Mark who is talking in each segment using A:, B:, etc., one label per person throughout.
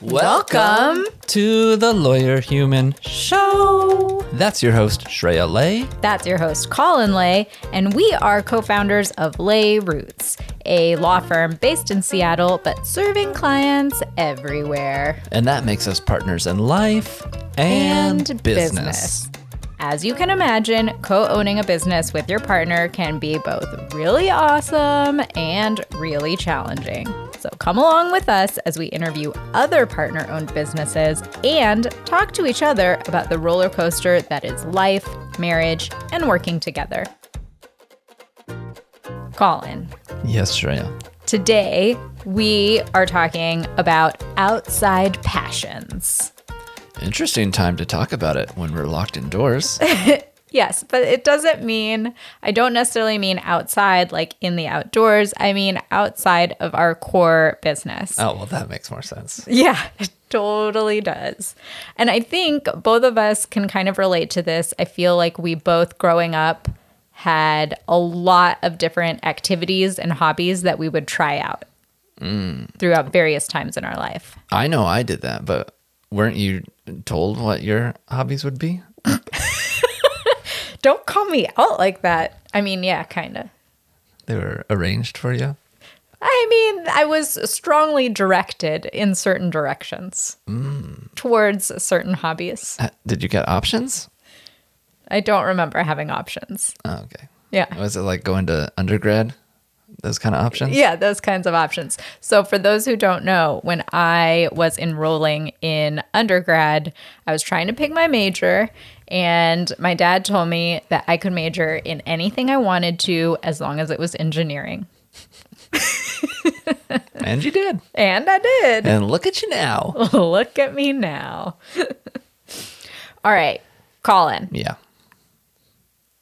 A: Welcome.
B: to the Lawyer Human Show. That's your host, Shreya Lay.
A: That's your host, Colin Lay, and we are co founders of Lay Roots, a law firm based in Seattle but serving clients everywhere
B: And that makes us partners in life and, business.
A: As you can imagine, co owning a business with your partner can be both really awesome and really challenging. So come along with us as we interview other partner owned businesses and talk to each other about the roller coaster that is life, marriage, and working together. Colin,
B: Yes, Shreya.
A: today we are talking about outside passions.
B: Interesting time to talk about it when we're locked indoors.
A: Yes, but it doesn't mean, I don't necessarily mean outside, like in the outdoors. I mean outside of our core business.
B: oh, well, that makes more sense.
A: Yeah, it totally does. And I think both of us can kind of relate to this. I feel like we both growing up had a lot of different activities and hobbies that we would try out throughout various times in our life.
B: I know I did that, but weren't you told what your hobbies would be?
A: Don't call me out like that. I mean, yeah, kind of.
B: They were arranged for you?
A: I mean, I was strongly directed in certain directions towards certain hobbies.
B: Uh, Did you get options?
A: I don't remember having options.
B: Oh, okay.
A: Yeah.
B: Was it like going to undergrad? Those kind of options?
A: Yeah, those kinds of options. So, for those who don't know, when I was enrolling in undergrad, I was trying to pick my major, and my dad told me that I could major in anything I wanted to as long as it was engineering.
B: And you did.
A: And I did.
B: And look at you now.
A: Look at me now. All right, Colin.
B: Yeah.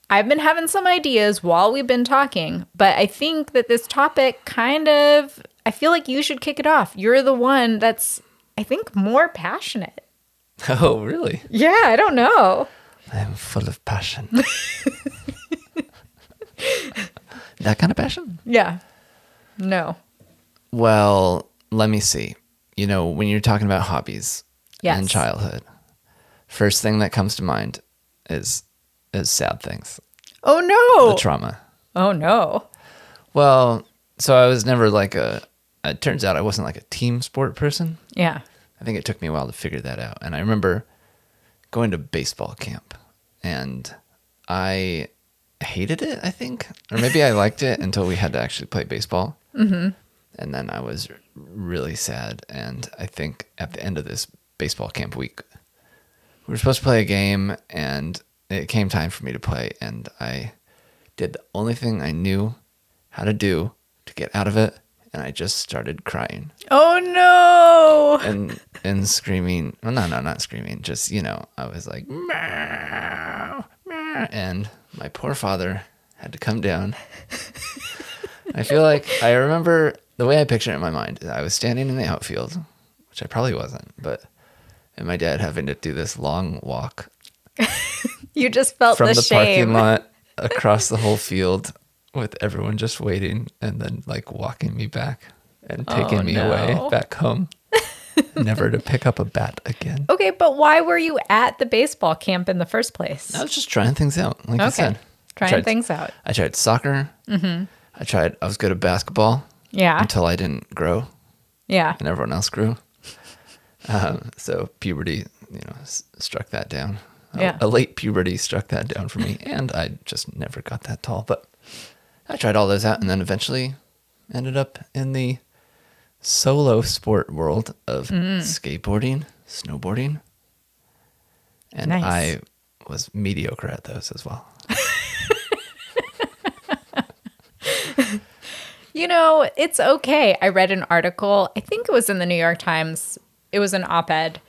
A: I've been having some ideas while we've been talking, but I think that this topic kind of, I feel like you should kick it off. You're the one that's, I think, more passionate.
B: Oh, really?
A: Yeah, I don't know.
B: I am full of passion. that kind of passion?
A: Yeah. No.
B: Well, let me see. You know, when you're talking about hobbies
A: Yes.
B: and childhood, first thing that comes to mind is is sad things,
A: Oh,
B: the
A: no.
B: trauma.
A: oh, no.
B: Well, so I was never like a. It turns out I wasn't like a team sport person.
A: Yeah.
B: I think it took me a while to figure that out. And I remember going to baseball camp and I hated it, I think. Or maybe I liked it until we had to actually play baseball. Mm-hmm. And then I was r- really sad. And I think at the end of this baseball camp week, we were supposed to play a game and it came time for me to play. And I did the only thing I knew how to do to get out of it. And I just started crying
A: Oh, no.
B: and and screaming. Well, no, no, not screaming. Just you know, I was like, meow, meow, and my poor father had to come down. I feel like I remember the way I picture it in my mind. is I was standing in the outfield, which I probably wasn't, but and my dad having to do this long walk
A: You just felt
B: from
A: the,
B: the, parking
A: shame.
B: lot across the whole field with everyone just waiting and then like walking me back and taking
A: Oh,
B: me
A: no.
B: away back home never to pick up a bat again
A: Okay, but why were you at the baseball camp in the first place?
B: i was just trying things out like i
A: Okay.
B: said
A: Trying
B: Tried-
A: things out. Mm-hmm.
B: i tried soccer i tried i was good at basketball
A: Yeah.
B: until i didn't grow
A: Yeah.
B: and everyone else grew um, so puberty you know s- struck that down A-
A: Yeah.
B: a late puberty struck that down for me and i just never got that tall but I tried all those out and then eventually ended up in the solo sport world of
A: Mm.
B: skateboarding, snowboarding. And
A: Nice.
B: I was mediocre at those as well.
A: You know, it's okay. I read an article, I think it was in the New York Times, it was an op ed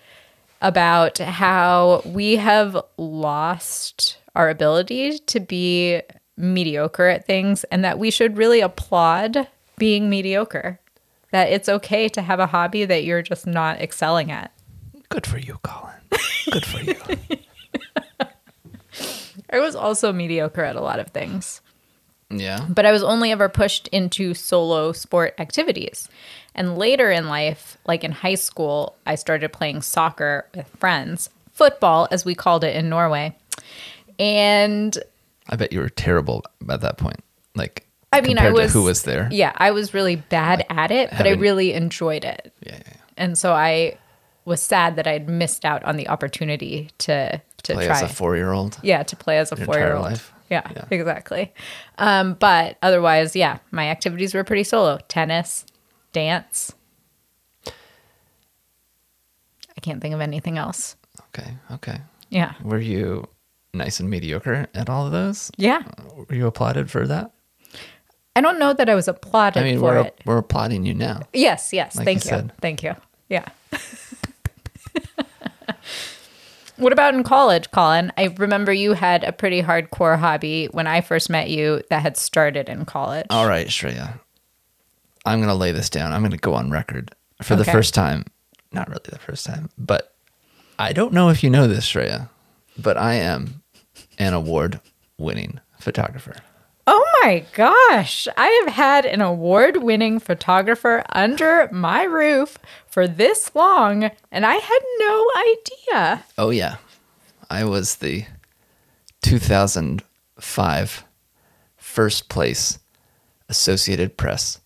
A: about how we have lost our ability to be mediocre at things and that we should really applaud being mediocre. That it's okay to have a hobby that you're just not excelling at.
B: Good for you, Colin. Good for you.
A: I was also mediocre at a lot of things.
B: Yeah.
A: but I was only ever pushed into solo sport activities. And later in life, like in high school, I started playing soccer with friends, football, as we called it in Norway. And
B: I bet you were terrible at that point. Like,
A: I mean, I
B: compared to
A: was-
B: who was there?
A: yeah, I was really bad at it, but I
B: Having-
A: really enjoyed it.
B: Yeah, yeah, yeah.
A: And so I was sad that I'd missed out on the opportunity to to
B: Play
A: try.
B: as a four-year-old.
A: Yeah, to play as a
B: Your
A: four
B: entire
A: year old.
B: life.
A: Yeah,
B: Yeah.
A: exactly. Um, but otherwise, yeah, my activities were pretty solo tennis, dance. I can't think of anything else.
B: Okay, okay.
A: Yeah.
B: Were you nice and mediocre at all of those?
A: Yeah.
B: Were you applauded for that?
A: I don't know that I was applauded
B: I mean,
A: for
B: we're
A: it.
B: we're applauding you now.
A: Yes, yes.
B: Like
A: Thank
B: you
A: you.
B: said.
A: Thank you. Yeah. what about in college, Colin? I remember you had a pretty hardcore hobby when I first met you that had started in college.
B: All right, Shreya. I'm going to lay this down. I'm going to go on record for the
A: Okay.
B: first time. Not really the first time, but I don't know if you know this, Shreya, but I am an award winning photographer.
A: Oh my gosh. I have had an award winning photographer under my roof for this long, and I had no idea.
B: Oh, yeah. I was the 2005 first place Associated Press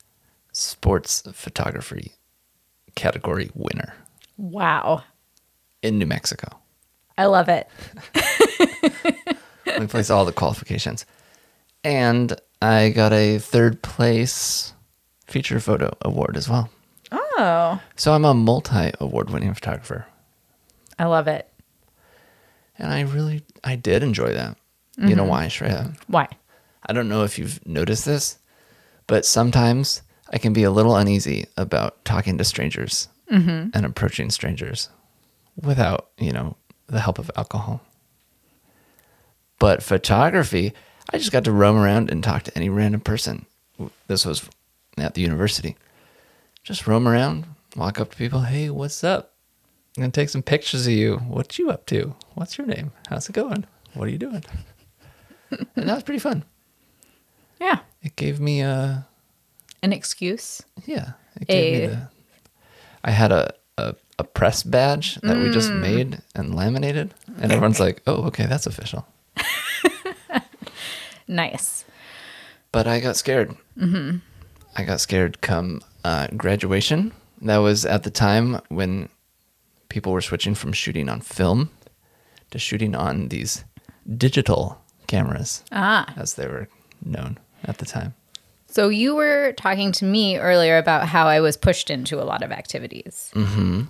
B: sports photography category winner
A: Wow.
B: in New Mexico.
A: I love it.
B: we placed all the qualifications. And I got a third place feature photo award as well.
A: Oh,
B: So I'm a multi award winning photographer.
A: I love it.
B: And I really, I did enjoy that. You know why, Shreya?
A: Why?
B: I don't know if you've noticed this, but sometimes I can be a little uneasy about talking to strangers and approaching strangers without, you know, the help of alcohol. But photography, I just got to roam around and talk to any random person. This was at the university. Just roam around, walk up to people. Hey, what's up? I'm gonna take some pictures of you. What you up to? What's your name? How's it going? What are you doing? and that was pretty fun
A: Yeah.
B: it gave me a
A: An excuse?
B: yeah it gave
A: A-
B: me the i had a, a a press badge that we just made and laminated and everyone's like oh okay that's official
A: Nice.
B: but i got scared mm-hmm. i got scared come uh, graduation that was at the time when people were switching from shooting on film to shooting on these digital cameras
A: Ah.
B: as they were known at the time
A: So you were talking to me earlier about how I was pushed into a lot of activities. Mm-hmm.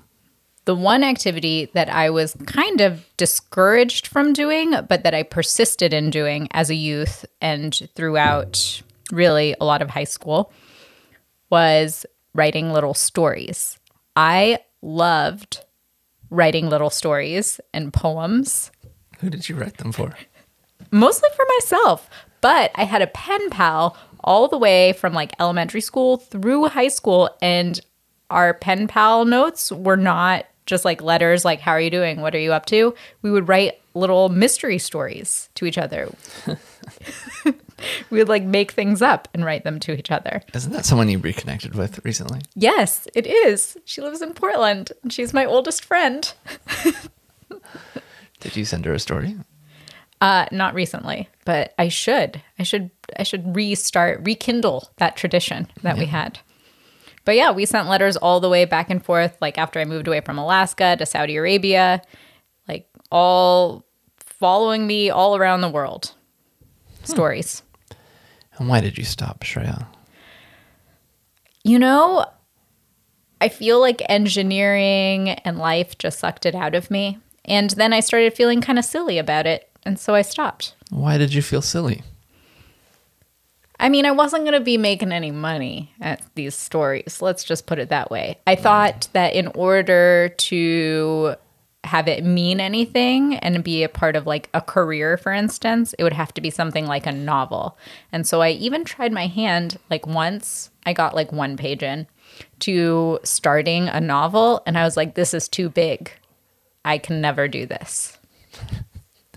A: The one activity that I was kind of discouraged from doing, but that I persisted in doing as a youth and throughout really a lot of high school, was writing little stories. I loved writing little stories and poems
B: who did you write them for
A: mostly for myself. But I had a pen pal all the way from like elementary school through high school, and our pen pal notes were not just like letters like how are you doing what are you up to we would write little mystery stories to each other we would like make things up and write them to each other
B: isn't that someone you reconnected with recently
A: yes it is she lives in portland and she's my oldest friend
B: did you send her a story
A: Uh, not recently, but I should. I should. I should restart, rekindle that tradition that we had. But yeah, we sent letters all the way back and forth. Like after I moved away from Alaska to Saudi Arabia, like all following me all around the world. Stories.
B: And why did you stop, Shreya?
A: You know, I feel like engineering and life just sucked it out of me, and then I started feeling kind of silly about it, and so I stopped.
B: Why did you feel silly?
A: I mean, I wasn't going to be making any money at these stories. Let's just put it that way. I thought that in order to have it mean anything and be a part of like a career, for instance, it would have to be something like a novel. And so I even tried my hand like once. I got like one page in to starting a novel, and I was like, this is too big. I can never do this.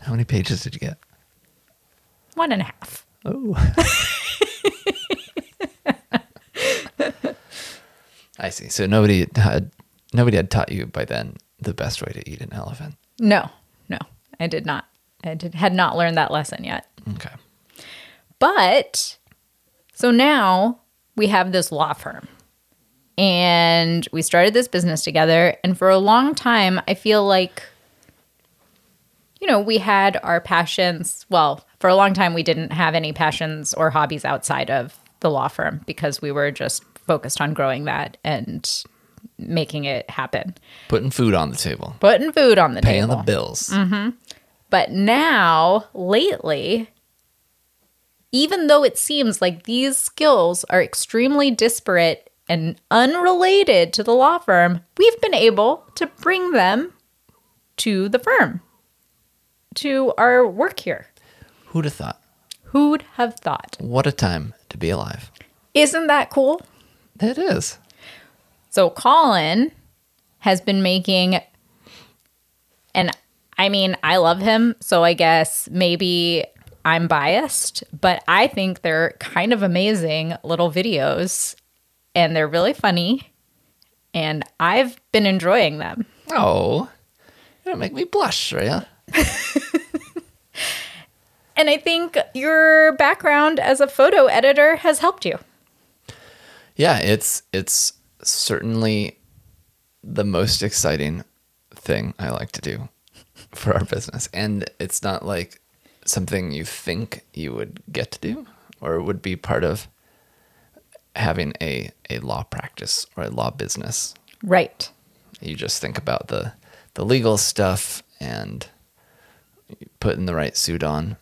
B: How many pages did you get?
A: One and a half.
B: Oh. I see. So nobody had nobody had taught you by then the best way to eat an elephant.
A: No, no, I did not. I did, had not learned that lesson yet.
B: Okay.
A: But so now we have this law firm and we started this business together. And for a long time, I feel like, you know, we had our passions. Well, for a long time, we didn't have any passions or hobbies outside of the law firm because we were just focused on growing that and making it happen,
B: Putting food on the table,
A: putting food on the
B: paying
A: table.
B: the bills.
A: But now, lately, even though it seems like these skills are extremely disparate and unrelated to the law firm, we've been able to bring them to the firm, to our work here.
B: Who'd have thought?
A: Who'd have thought?
B: What a time to be alive.
A: Isn't that cool?
B: It is.
A: So Colin has been making and I mean, I love him, so I guess maybe I'm biased, but I think they're kind of amazing little videos and they're really funny and I've been enjoying them.
B: Oh, you don't make me blush, Rhea.
A: And I think your background as a photo editor has helped you.
B: Yeah, it's it's certainly the most exciting thing I like to do for our business. And it's not like something you think you would get to do or would be part of having a, a law practice or a law business.
A: Right.
B: You just think about the the legal stuff and putting the right suit on,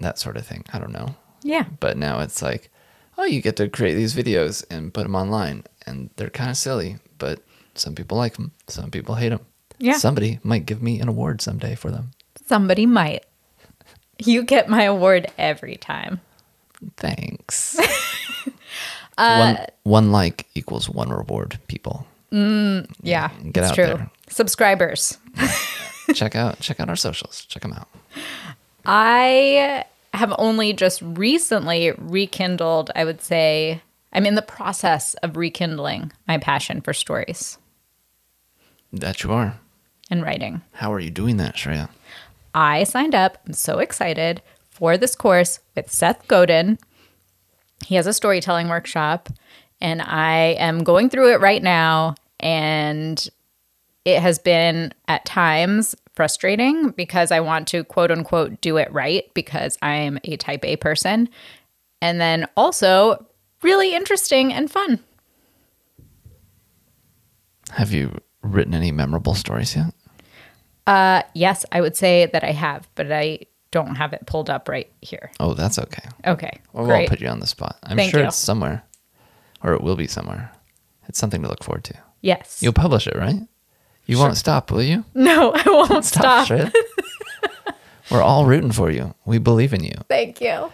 B: that sort of thing. I don't know
A: Yeah.
B: but now it's like oh you get to create these videos and put them online and they're kind of silly but some people like them some people hate them
A: Yeah.
B: somebody might give me an award someday for them
A: Somebody might. You get my award every time.
B: thanks
A: Uh,
B: one, one like equals one reward people
A: Yeah,
B: Get
A: it's
B: out
A: true.
B: there.
A: Subscribers.
B: check out check out our socials check them out
A: I have only just recently rekindled, I would say, I'm in the process of rekindling my passion for stories
B: that you are
A: and writing.
B: how are you doing that shreya
A: I signed up. I'm so excited for this course with Seth Godin. He has a storytelling workshop, and I am going through it right now. And it has been at times frustrating because I want to quote unquote do it right because I'm a type A person. And then also really interesting and fun.
B: have you written any memorable stories yet
A: Uh, yes, I would say that I have, but I don't have it pulled up right here.
B: oh that's okay
A: Okay.
B: Oh, Well, we
A: great.
B: won't put you on the spot i'm
A: Thank
B: sure
A: you.
B: it's somewhere or it will be somewhere it's something to look forward to
A: yes.
B: You'll publish it, right? You won't stop, will you?
A: No, I won't stop.
B: Shreya. We're all rooting for you. We believe in you.
A: Thank you.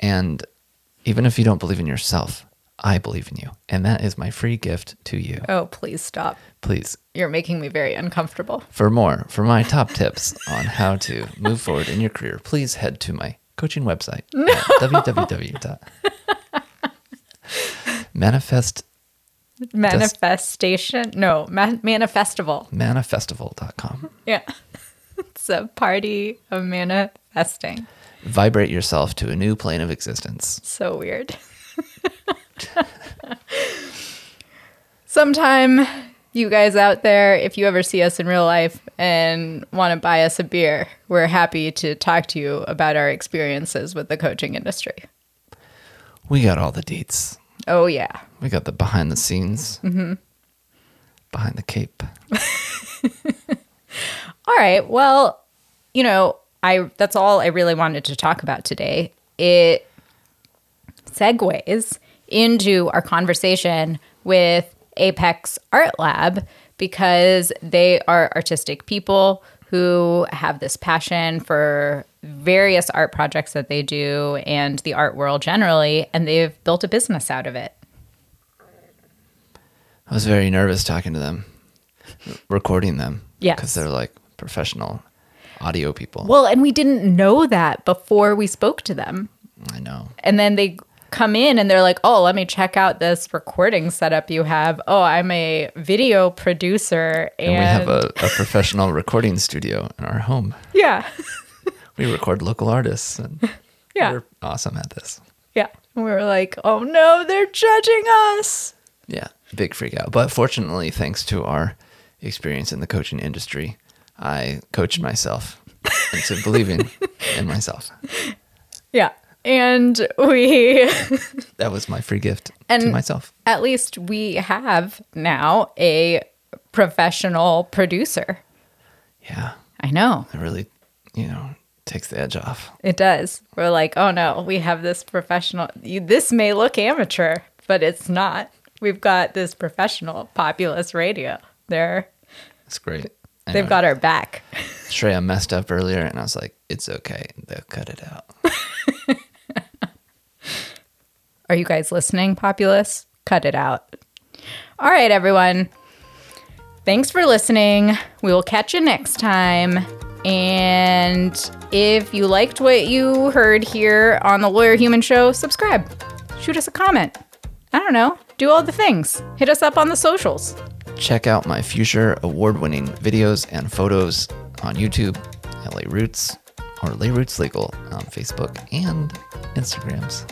B: And even if you don't believe in yourself, I believe in you. And that is my free gift to you.
A: Oh, please stop.
B: Please,
A: You're making me very uncomfortable.
B: for more, for my top tips on how to move forward in your career, please head to my coaching website at www. Manifest
A: Manifestation? No, ma- manifestival.
B: manifestival.com.
A: Yeah. it's a party of manifesting.
B: Vibrate yourself to a new plane of existence.
A: So weird. Sometime, you guys out there, if you ever see us in real life and want to buy us a beer, we're happy to talk to you about our experiences with the coaching industry.
B: We got all the deets.
A: Oh, yeah.
B: We got the behind the scenes, mm-hmm. behind the cape.
A: All right. Well, you know, I that's all I really wanted to talk about today. It segues into our conversation with Apex Art Lab because they are artistic people who have this passion for various art projects that they do and the art world generally and they've built a business out of it.
B: I was very nervous talking to them, recording them.
A: Yes.
B: Because they're like professional audio people.
A: Well, and we didn't know that before we spoke to them.
B: I know.
A: And then they come in and they're like, oh, let me check out this recording setup you have. Oh, I'm a video producer. And,
B: And we have a, a professional recording studio in our home.
A: yeah,
B: We record local artists, and
A: yeah,
B: we're awesome at this.
A: yeah. And we were like, oh no, they're judging us.
B: Yeah, big freak out. But fortunately, thanks to our experience in the coaching industry, I coached myself into believing in myself.
A: Yeah. And we,
B: That was my free gift to
A: And-
B: myself.
A: at least we have now a professional producer.
B: Yeah,
A: I know.
B: it really, you know, takes the edge off.
A: It does. We're like, oh no, we have this professional. You, this may look amateur, but it's not. We've got this professional populist radio. They're
B: It's great. I
A: they've
B: know.
A: got our back.
B: Shreya messed up earlier, and I was like, "It's okay. They'll cut it out."
A: Are you guys listening, populace? Cut it out. All right, everyone. Thanks for listening. We will catch you next time. And if you liked what you heard here on the Lawyer Human Show, subscribe. Shoot us a comment. I don't know. Do all the things. Hit us up on the socials.
B: Check out my future award-winning videos and photos on YouTube, LA Roots, or Lay Roots Legal on Facebook and Instagrams.